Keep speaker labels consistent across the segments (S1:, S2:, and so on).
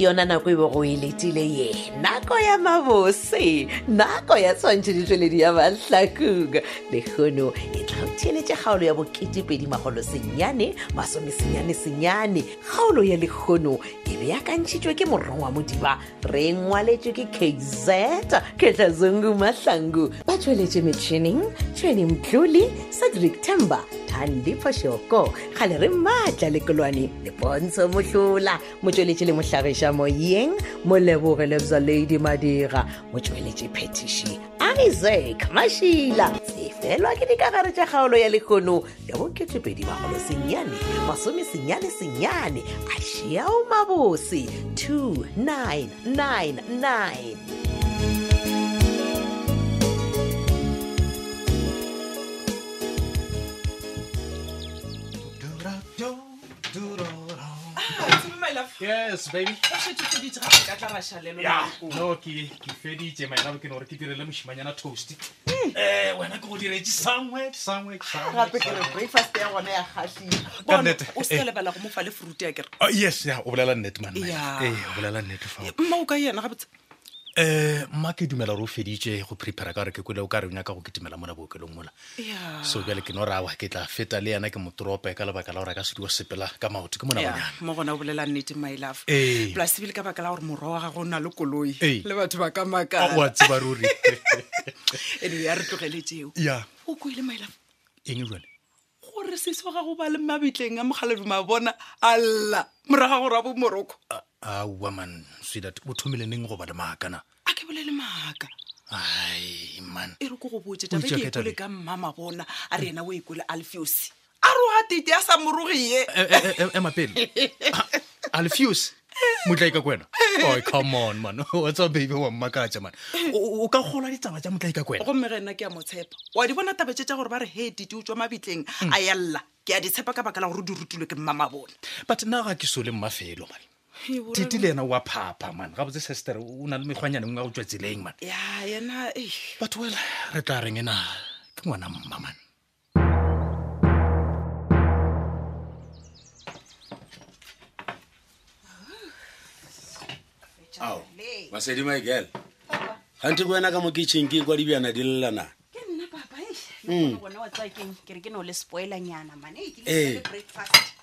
S1: yona nako e be go eletile ye nako ya mabose nako ya tshwantšhe ditšweledi ya mahlakong lekgono e tla go theeletše kgaolo ya bo2edimagolo senyane masomesenyane senyane kgaolo ya lekgono e be akantšhitšwe ke morong wa modiba re ngwaletšwe ke kz ketlazungu mahlangu ba tšweletše metšhineng tšhweni mplole cedric temba thandi phoshoko kgale re maatla lekolwane lepontsho mohlola motsweletše le mohlagiša moyeng moleboge lebza ladi madira motsweletše petiši isaac mašila sefelwa ke dikagare tša kgaolo ya lekgono ya boketepedi magolo senyane masome senyane senyane a šiao mabose 2999
S2: yes baby
S3: Yeah.
S2: no ke ke feditse maerabe ke nogore ke direle mošimanyana toast Eh, wena ke go diretse sandwich sandwich
S3: Hmm. gape
S2: sandwich,
S3: ke re
S2: sandwich.
S3: breakfast ya gona ya
S2: Ka
S3: kgatlhile
S2: nnete,
S4: o
S2: eh.
S4: seka lebala go mo fa le fruit ya kere
S2: Ah, yes ya o bolela nnete man
S4: Yeah.
S2: ee o bolela nnete fa
S4: mma o ka yena gabotse
S2: um mma ke dumela gore o feditse go prepare ka gore ke kwele o ka re o nyaka go ketemela mola bookelong mola
S3: Ah.
S4: Yeah.
S2: so bjale ke no rawa ke tla feta le yana ke motorope ka lebaka la gore a ka sedio sepela ka maoto ke mona
S4: Yeah,
S2: banyana
S4: mo gona o bolela nnete my love
S2: Eh.
S4: plus ebile ka baka la gore morwa wa gago o na le koloi
S2: Eh.
S4: le batho ba ka
S2: o a
S4: makala
S2: tseba ruri
S4: anyway a re tlogeletseo
S2: ya
S4: o kwele my love
S2: eng jone
S4: gore sese wa gago ba le mabitleng a mokgaleduma bona alla moraga gore a bo moroko
S2: aowa man swedat o thomile neng go ba le maakana
S4: a ke bolele maaka
S2: ai man
S4: e re ko go botse
S2: O
S4: tabe
S2: itse
S4: ke
S2: ke tabe?
S4: ekole ka mmama bona a re ena o ekole alfeosi a re oa tete a sa morogie
S2: Eh, eh, eh, ema pele alfuse motlaika ka kwena oh, come on man watsa baby wa mmakatsa man O- o o ka gola ditsaba tsa motlaika ka wena
S4: gomme ge nna ke a mo tshepa wa di bona tabetse tsa gore ba re he tite o tswa mabitleng a yalla ke a di tshepa ka baka la gore o di rutilwe ke mmama bona
S2: but nna ga ke sole mmafelo man tite le ena oa phapha man gabotse sestere o na le mekgwanyane ngwe ya go tswa tseleng man
S4: ya yena ei,
S2: but well re tla reng ena ke ngwana mma man
S5: ao basedi michael gante ko wena ka mo kitchen ke kwa dibjana di llelana
S6: ke nna papa e bona wa tsakeng ke re ke no le spoilanyana mane
S5: Eh.
S6: breakfast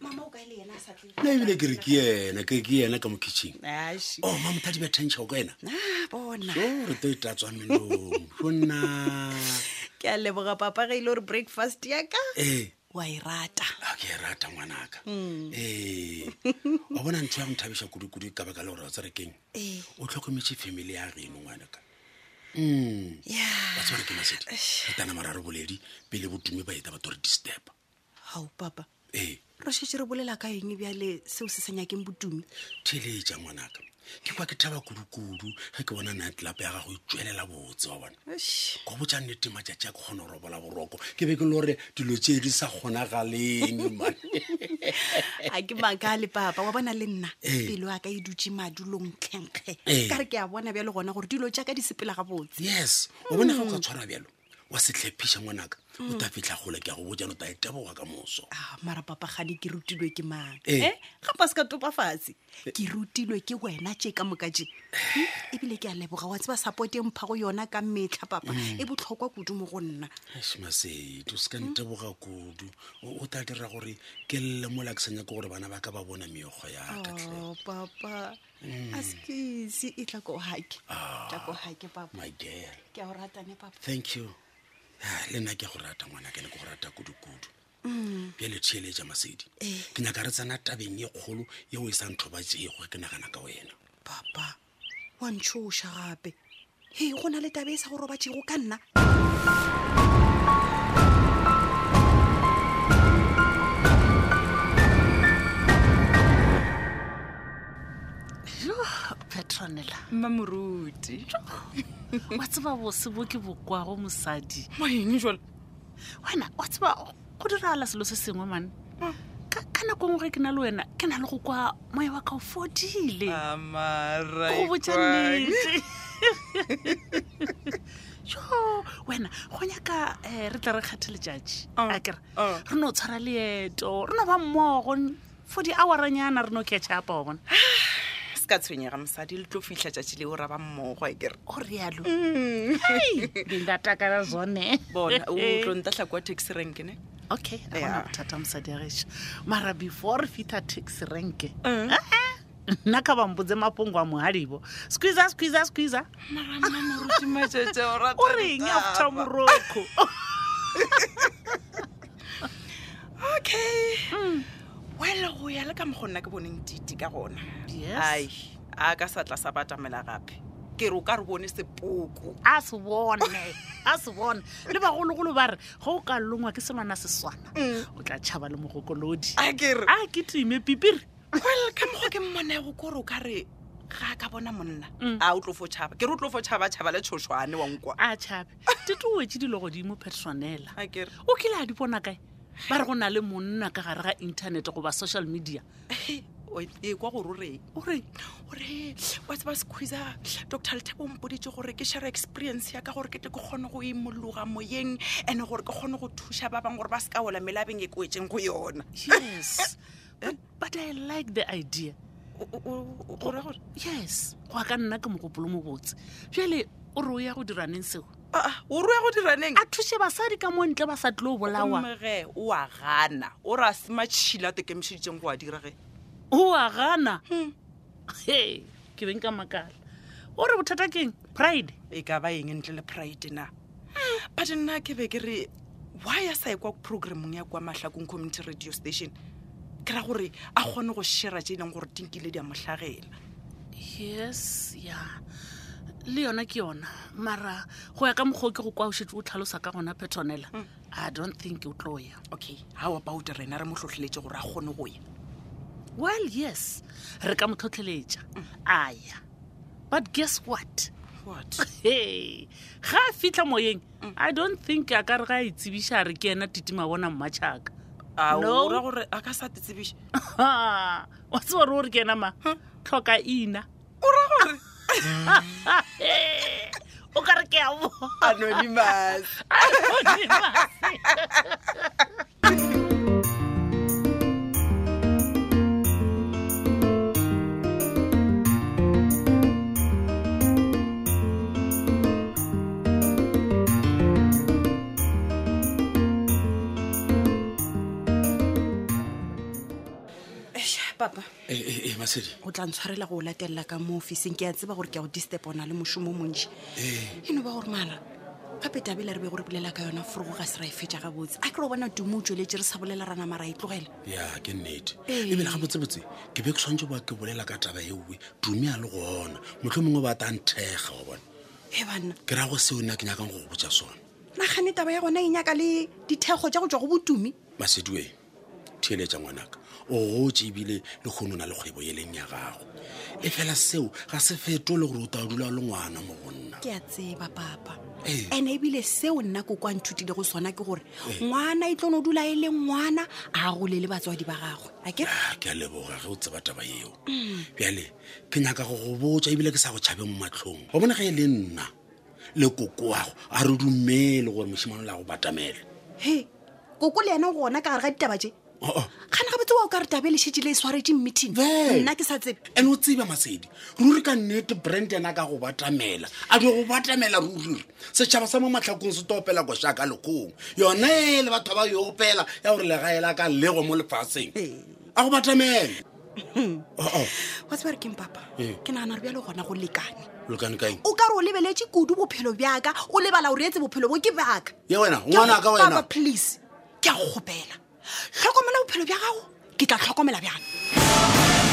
S6: mama o kae le yena a sa tlile?
S5: nna ebile ke re ke yena ke ke yena ka mo kitchen
S6: Aish.
S5: o mamothadi ba tenšhao ka ena
S6: Ah, bona
S5: re to e tatswa melong sonna
S6: ke a leboga papa ge ile gore breakfast yaka
S5: ee
S6: wa e rata
S5: a ke e rata ngwanaka ee wa bona ntho ya go nthabiša kudu-kudu ka baka le gore wa tsere keng
S6: Ee.
S5: o tlhokometse family ya geno ngwanaka Mm.
S6: ya
S5: wa tsebore ke masedi re tana mararo boledi pele botume ba eta batho re disturba
S6: gao papa
S5: ee
S6: re šetse re bolela ka eng bjale seo se sa nyakeng botumi
S5: theletša ngwanaka ke kwa ke thaba kudu-kudu ge ke bona nitlap ya gago e tswelela botse wa bona
S6: Eish.
S5: ko botša nnete matšatši a ke kgona go robola boroko ke be ke le gore dilo tše di sa kgonagaleng man
S6: a ke makale papa wa bona le nna
S5: Eh.
S6: pelo a ka e dutse madulong tlhenkge
S5: Eh.
S6: ka re ke a bona bjale gona gore dilo jaaka di sepela gabotse
S5: yes o bona ga o ka tshwara bjalo wa setlhephiša ngwanaka o ta fitlha kgole ke a go botjano ta eteboga ka moso
S6: a Ah, mara papagadi ke rutilwe ke mang
S5: Eh.
S6: e gapa se ka topafatshe ke rutilwe ke wena tje ka moka je ebile ke a leboga wa tseba support e mpha go yona ka metlha papa
S5: Mm.
S6: e botlhokwa kudu mo go nna
S5: Eish, masedi o se ka nteboga kudu o o ta dira gore ke lle mola ke sanya ke gore bana ba ka ba bona meokgo yaka tle Mm.
S6: Oh, papa a skese e tla ko hake
S5: Ah.
S6: tla ko hake papa
S5: my girl
S6: ke a go ratane papa
S5: thank you Ah, le nna ke a go rata ngwana ke ne ke go rata kudu-kudu bjale theeletša masedi ke nyaka re tsena tabeng e kgolo yeo e sa ntho ba tseego ke nagana ka wena
S6: papa wa ntšhoša gape hei go na le tabe e sa go robatšego ka nna
S7: petronela
S4: mma moruti
S7: wa tseba bose bo ke bokwago mosadi
S4: maeng jale
S7: wena wa tseba go diragala selo se sengwe mane ka ka nako ngwe ge ke na le wena ke na le go kwa moya wa ka o fodile Ke go botsa nnete jo wena go nyaka um re tla re kgathe letšatši
S4: Oh,
S7: akere
S4: oh.
S7: re no tshwara leeto re no ba mmogo n- for di-houranyana re no catch up wa bona
S4: se ka tshwenyega mosadi le tlo fitlha tšatši leo ra ba mmogo e a kere
S6: o rialo
S4: Mm.
S7: ndingatakala zone
S4: bona o
S7: Eh,
S4: tlo ntatlha kwa taxi rank ne
S7: okay agona
S4: Yeah.
S7: bothata mosadi agešo mara before re fitlha taxi rank Ah-ah. nna ka bampotse mapongwa mogadibo squeeza squeeza squeeza o reng after moroko
S4: okay
S7: Mm.
S4: well go ya le ka mokgonna ke boneng titi ka gona
S7: Yes.
S4: ai a ka sa tla sa batamela gape ke re o ka re bone sepoko
S7: a se bone a se bone eh. le bagologolo ba re ga o ka longwa ke selwana seswana o tla tšhaba le mogokolodi
S4: a ke re
S7: a ke time pipiri
S4: well ka mokgwa ke mmonego ko re o ka re ga a ka bona monna a o tlo fo tšhaba ke re o tlo fo tšhaba tšhaba le tshoswane wa nkwa
S7: a tšhabe titoetse dilo godimo personela
S4: a ke re
S7: o kile a di bona kae ba re go na le monna ka gare ga inthanete goba social media
S4: e kwa gore o reng
S7: ore
S4: gore wa tseba sequeeza dr lethabo mpoditse gore ke share experience ya ka gore ke tle ke kgone go imologa moyeng and gore ke kgone go thuša ba bangwe gore ba se ka ola melabeng e kwetseng go yona
S7: yes but, but i e like the idea
S4: O- o- o- o- o ra gore
S7: yes go a ka nna ke mogopolo mo botse bjale o re o ya go diraneng seo
S4: "Ah, ah, o ruya go diraneng
S7: a thuše basadi ka mo ntle ba sa tlo bolawa
S4: mmege o a gana o re a sematšhila a tekemišeditseng go a dirage
S7: o a gana he ke beng ka makala o re bothata keng pride
S4: e ka ba eng ntle le pride na but nna ke be ke re why a sa e kwa programmong ya kwa mahlakong community radio station ke ra gore a kgone go shera tse e leng gore dinkile di a motlhagela
S7: yes ya le yona ke yona mara go ya ka mokgwa o ke go kwa o shetse o tlhalosa ka gona petonela
S4: Hmm.
S7: i don't think o tlo ya
S4: okay how about rena re mo tlhotlheletse gore a kgone go ya
S7: well yes re ka mo tlhotlheletša
S4: Hmm.
S7: a ya but guess what
S4: what
S7: he ga a fitlha moyeng
S4: Hmm.
S7: i don't think a ka re ga a itsebiša a re ke ena titima bona mmatšhaka
S4: a
S7: No.
S4: o ra gore a ka sa tetsebiše
S7: wa tseba re o re ke ena ma tlhoka ina
S4: Hmm. o ra gore
S7: He, o ka re ke a bo
S4: anonymous
S6: papa
S5: ee E, masedi
S6: o tla ntshwarela go o latelela ka mo officing ke a tseba gore ke a go disturb ona le mošomo o montši eno ba gore mara gape tabela re be gore bolela ka yona forogo ga se ra e fetša gabotse a ke re o bona tumo o tsweletse re sa bolela rana mara e tlogele
S5: ya ke nnete
S6: Ee.
S5: ebile ga botsebotse ke be ke tshwanetse ba ke bolela ka taba eoe tumi a le gona motlho mongwe ba ta nthega wa bona
S6: e banna
S5: ke ra go seo nna ke nyakang go go botsa sona
S6: nagane taba ya gona e nyaka le dithego tja go tswa go botumi
S5: masediweng theeletša ngwanaka o gotse ebile le kgono o na le kgwebo ye leng ya gago e fela seo ga se fetole gore o ta o dula o le ngwana mo go nna
S6: ke a tseba papa
S5: Ee.
S6: and ebile seo nna ko kwa nthutile go sona ke gore ngwana e tlono dula e le ngwana a gole le batswadi ba gagwe a ke
S5: Ah, ke a leboga ge o tseba taba eo
S6: Mm.
S5: bjale ke nyaka go go botsa ebile ke sa go tšhabe mo matlhong wa bona ge e le nna le kokoago a re dumele gore mošimano le a go batamela
S6: he koko le yena o gona ka gare ga ditaba tje
S5: Oo.
S6: gana ga botse wa o ka re tabe lešhetse le e swaretse meeting
S5: There.
S6: nna ke sa tsebe
S5: and o tseba masedi ruri ka nnete brand yena ka go batamela a di go batamela rururi setšhaba sa mo matlhakong se topela koša ka lekgong yona e le batho ba yopela ya gore legaela ka lego mo lefaseng a go batamela Oh, oo
S6: wa tseba re keng papa
S5: Ee.
S6: ke nagana re bjale gona go lekane
S5: lokane kaeng
S6: o ka re o lebeletse kudu bophelo bjaka o lebala gore etse bophelo bo ke baka
S5: ye wena
S6: Ke a go-
S5: ngwana ka wena
S6: Papa, please ke a go kgopela tlhokomela bophelo bja gago ke tla tlhokomela bjana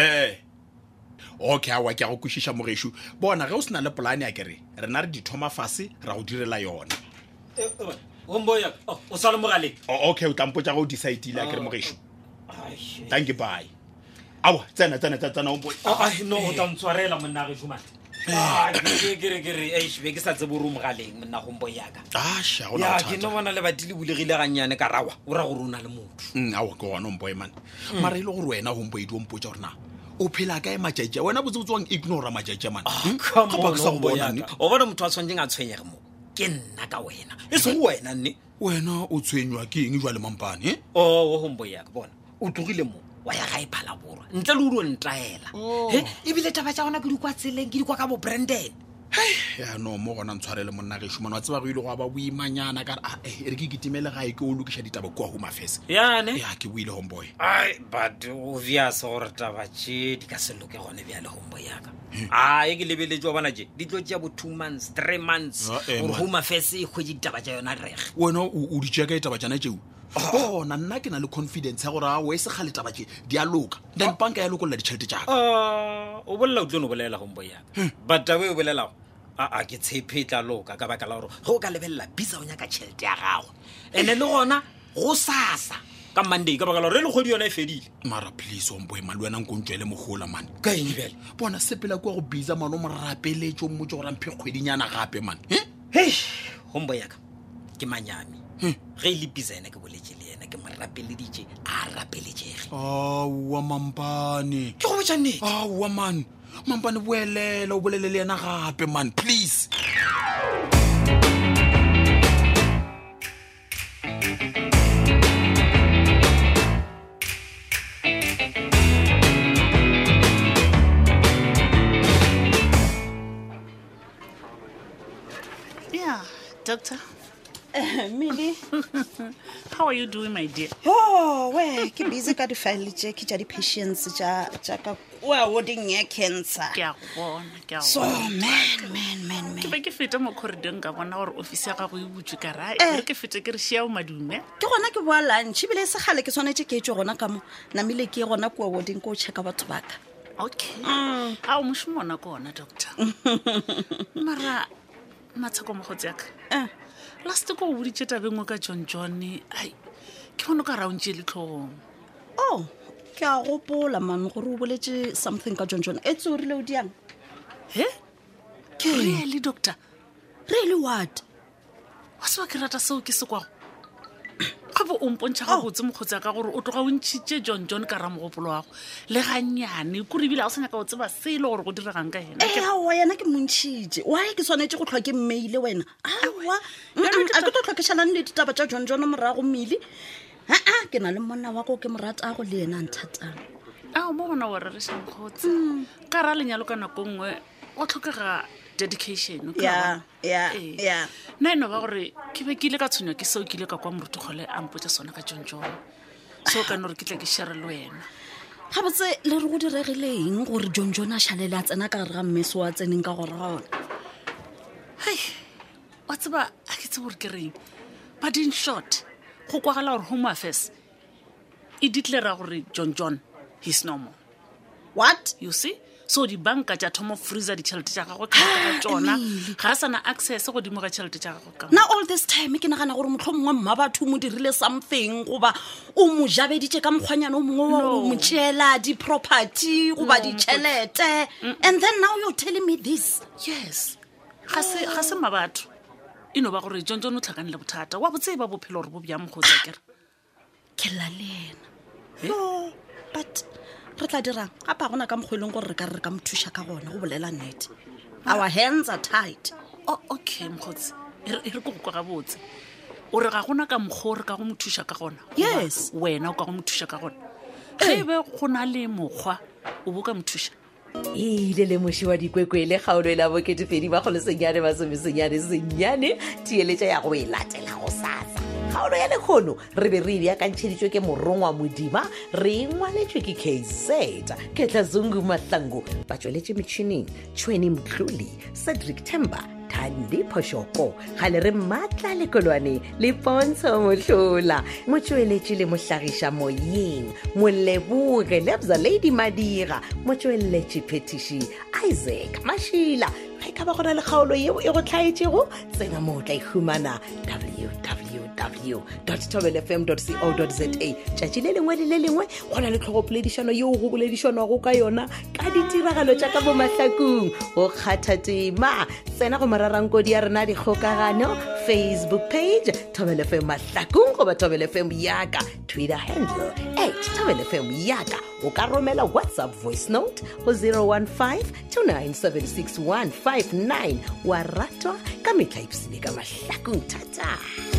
S3: ee Eh. okay awa ke a go kwešiša mogešo bona ge o se na le polane ya kere rena re di thoma fase ra go direla yona
S8: omboyaka oh, o sa le mogaleng
S3: O- Oh, okay o tlampotsa go o decidile ya kere mogešo tanke by awa tsena tsena tsena tsena o boy
S5: Oh,
S8: Ah, no o tla ntshwarela monna ge somane Ah, kerekere be ke eh. sa tsebo ore o mogaleng monna gombo yaka
S3: asha go
S8: ya Ah, ke no bona lebati le bulegile gannyane ka rawa o ra gore o na le motho Mm.
S3: Mm, awa ke gona ompoe mane mara e le gore wena hompoedi o mpotsa gore na o phela kae matšatši a wena botse o tswang ignora matšatši a
S8: Ah, Come
S3: manegapake sa
S8: on, Homboyaka.
S3: go bonane
S8: o bona motho a tshwanetseng a tshwenyege mo ke nna ka wena e seng wena nne
S3: wena o tshwenywa ke eng jwa le mampane eh?
S8: oo homboyaka bona o tlogile mo wa ya gae phala borwa ntle le uro ntaela he ebile taba tsa gona ke dikwa tseleng ke dikwa ka bo branden
S3: yaanong mo gona ntshwarele monna gešo mane wa tseba go ile go a ba boimanyana kare ae re ke kitimele gae ke o lokiša ditaba kua home affairs
S8: yane
S3: ya ke boile homeboy
S8: ai but obvious gore taba tše di ka se loke gone bjale hombo yaka ae ke lebeletse wa bona je di tlo tšea bo two months three months
S3: Ah, eh,
S8: gore
S3: man.
S8: home affairs e kgwetse ditaba tša yona rege
S3: wena o o di tšea ka etaba tjana tšeo
S8: Ah.
S3: bona nna ke na le confidence ya gore a oe sekgale taba tše di a loka then panka ya lokolola ditšhelete jaaka
S8: Ah, o bolela o tlo no bolela gombo ya but tabe o bolelago aa ke tshepe e tla loka ka baka la gore ge o ka lebelela bisa o nyaka tšhelete ya gagwe and-e le gona go sasa ka monday ka baka la gore e le kgwedi yona e fedile
S3: mara please oh omboe male wena nko ntswele mogola mane
S8: ka eng bele
S3: bona sepela kua go bisa mane o morapeletše o mmotse gore mphe kgwedinyana gape mane
S8: hei gombo yaka ke manyami ge e le bisa ena ke boletse le ena ke mo rapeleditše a rapeletsege
S3: aowa mampane
S8: ke go botša nnete
S3: aowa mane mampane boelela o bolele le yena gape mane please
S7: Yeah, doctor.
S9: mmele
S7: How are you doing, my dear?
S9: o we ke busy ka di-file tse ke tša di-patients tša tša ka kua woding ya cancer
S7: Ke a go bona, ke a go
S9: so
S7: bona.
S9: man man man man
S7: Ke be ke fete mo corridoreng ka bona gore ofisi ya gago e butswe ka ra ere ke fete ke re šiao madume
S9: ke gona ke boa lunch ebile e segale ke tshwanetse ke etswe gona ka mo namile ke ye gona kua woding ko o checka batho baka
S7: okay ao Mm. mošomo ona ko ona doctor mara matsheko mogotsi yaka
S9: Eh.
S7: last ko o boditše tabengwe ka john john ai ke bone o ka raontse le tlhogong
S9: o Oh, ke a gopola man gore o boletse something ka john john e tsorile o diang
S7: he ke reale doctor
S9: really what
S7: wa seba ke rata seo ke se kwago gape o mpontšha gabotse mokgotsi ya ka gore o tloga o ntšhitše john john ka ramogopolo wago le gannyane kore ebile ga o sa nyaka o tseba sele gore go diregang ka ena
S9: e aowa yena ke montšhitše wy ke tshwanetse go tlhoke mmeile wena aowa
S7: Jalo
S9: Mm-mm,
S7: ke
S9: a ke tlo tlhokešhalang le ditaba tša john john morago mmele aa ke na le monna wa ko ke mo ratago le yena a nthatang
S7: ao mo gona o rerešankgotse ka ra lenyalo ka nako nngwe o tlhokega dedication o kile wa
S9: ya ya
S7: bona? Ee.
S9: ya
S7: nna eno ba gore ke be ke ile ka tshwenya ke seo ke ile ka kwa morutugole a mpotsa sona ka john john seo ka no gore ke tla ke share le wena
S9: gabotse le re go diregileng gore john john a šhalele a tsena ka gare ga mmeso a tseneng ka gore ga ona
S7: hei wa tseba a ke tse gore ke reng but in short go kwagala gore home affairs e ditlera gore john john his normal
S9: what
S7: you see so dibanka tša thoma go freezer ditšhelete tša gagwe ka moka ga tsona ga a sana access godimo ga tšhelete tša gagwe ka moka.
S9: nna all this time ke nagana gore motlho mongwe mma batho o mo dirile something goba o mo jabeditše ka mokgwanyana o mongwe wa o
S7: No.
S9: mo tšeela di-property goba ditšhelete and then now you're telling me this
S7: yes ga se ga se mabatho e no ba gore john john o tlhakane le bothata wa botsee ba bophelo gore bo bjang mokgotsa kere
S9: ke lla le ena no but re tla dirang gape a gona ka mokgwa e leng gore re ka re re ka mo thuša ka gona go bolela nnete our hands are tight
S7: o okay mokgotsi e re e re ko go kwa gabotse o re ga gona ka mokgwa o re ka go mo thuša ka gona goba
S9: Yes.
S7: wena o ka go mo thuša ka gona ge e be go na le mokgwa o bo ka mo thuša
S1: e ile le moši wa dikwekwe le kgaolo e la boketepedi magolosenyane masomesenyane senyane thieletša ya go e latela go sasa kgaolo ya lekgono re be re e beakantšheditšwe ke morongwa modima re e ngwaletšwe ke kz ketlazungu mahlango ba tsweletše metšhineng tšhweni mtlole cedric tember thandi phošoko gale re maatla lekolwane le pontsho mohlola motsweletši le mohlagiša moyeng moleboge lebza lady madira motsweletši phetiši isaac mašila e ge ka ba go na le kgaolo yeo e go tlhaetšego tsena moo o tla e humana www www tobel fm co za tšatši le lengwe le le lengwe go na le tlhogopoledišano yeo go boledišanwago ka yona ka ditiragalo tša ka bomahlakong o kgatha tema tsena go mararankodi ya rena dikgokagano facebook page tobel fm mahlakong goba tobel fm yaka twitter handle at tobel fm yaka o ka romela whatsapp voice note go 015 2976 159 wa ratwa ka metlhaipsile ka mahlakong thata